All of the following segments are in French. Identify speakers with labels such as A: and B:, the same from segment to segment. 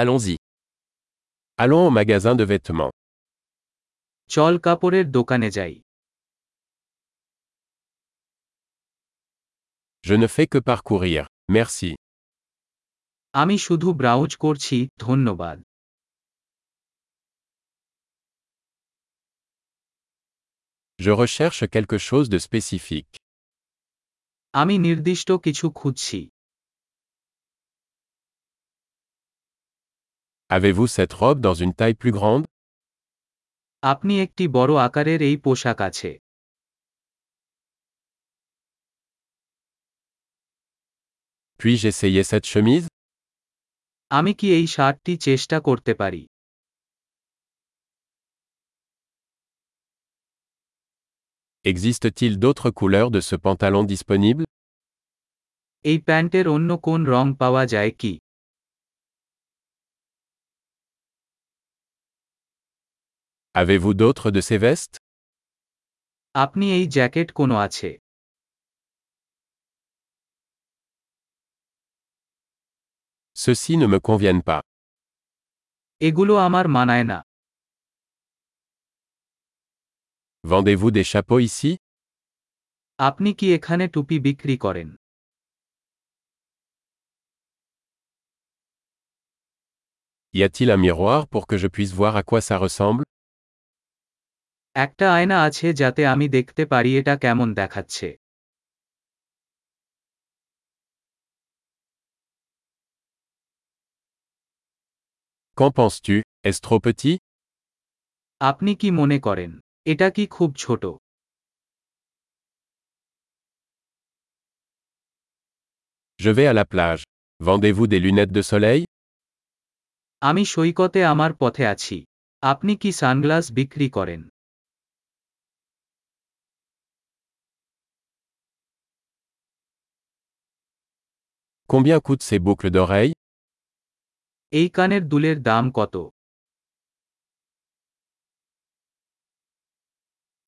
A: Allons-y. Allons au magasin de vêtements.
B: চল কাপড়ের দোকানে যাই
A: Je ne fais que parcourir. Merci.
B: আমি শুধু ব্রাউজ করছি ধন্যবাদ
A: Je recherche quelque chose de spécifique.
B: আমি নির্দিষ্ট কিছু খুঁজছি
A: Avez-vous cette robe dans une taille plus grande
B: আপনি একটি বড় আকারের এই পোশাক আছে
A: Puis-je essayer cette chemise
B: আমি কি এই শার্টটি চেষ্টা করতে পারি
A: Existe-t-il d'autres couleurs de ce pantalon disponible
B: এই প্যান্টের অন্য কোন রং পাওয়া যায় কি
A: Avez-vous d'autres de ces vestes
B: আপনি এই জ্যাকেট কোনো আছে
A: Ceux-ci ne me conviennent pas.
B: এগুলো আমার মানায় না
A: Vendez-vous des chapeaux ici
B: আপনি কি এখানে টুপি বিক্রি করেন
A: Y a-t-il un miroir pour que je puisse voir à quoi ça ressemble
B: একটা আয়না আছে যাতে আমি দেখতে পারি এটা কেমন দেখাচ্ছে
A: Qu'en penses-tu Est-ce trop petit
B: আপনি কি মনে করেন এটা কি খুব ছোট
A: Je vais à la plage. Vendez-vous des lunettes de soleil
B: আমি সৈকতে আমার পথে আছি আপনি কি সানগ্লাস বিক্রি করেন
A: Combien coûtent ces boucles d'oreilles
B: এই কানের দুলের দাম কত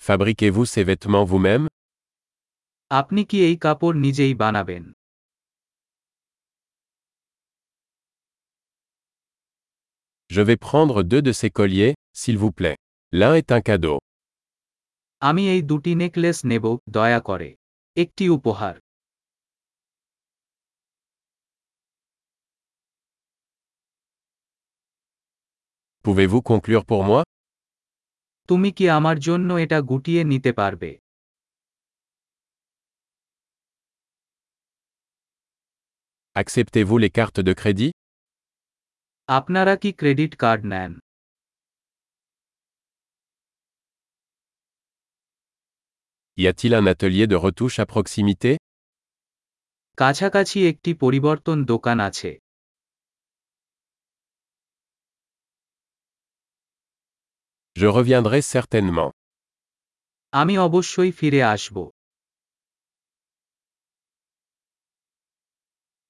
A: Fabriquez-vous ces vêtements vous-même
B: আপনি কি এই কাপড় নিজেই বানাবেন
A: Je vais prendre deux de ces colliers, s'il vous plaît. L'un est un cadeau.
B: আমি এই দুটি নেকলেস নেব দয়া করে একটি উপহার
A: Pouvez-vous conclure pour moi
B: তুমি কি আমার জন্য এটা গুটিয়ে নিতে পারবে
A: Acceptez-vous les cartes de crédit
B: আপনারা কি ক্রেডিট কার্ড নেন
A: Y a-t-il un atelier de retouche à proximité
B: কাছাকাছি একটি পরিবর্তন দোকান আছে
A: Je reviendrai certainement.
B: আমি অবশ্যই ফিরে আসব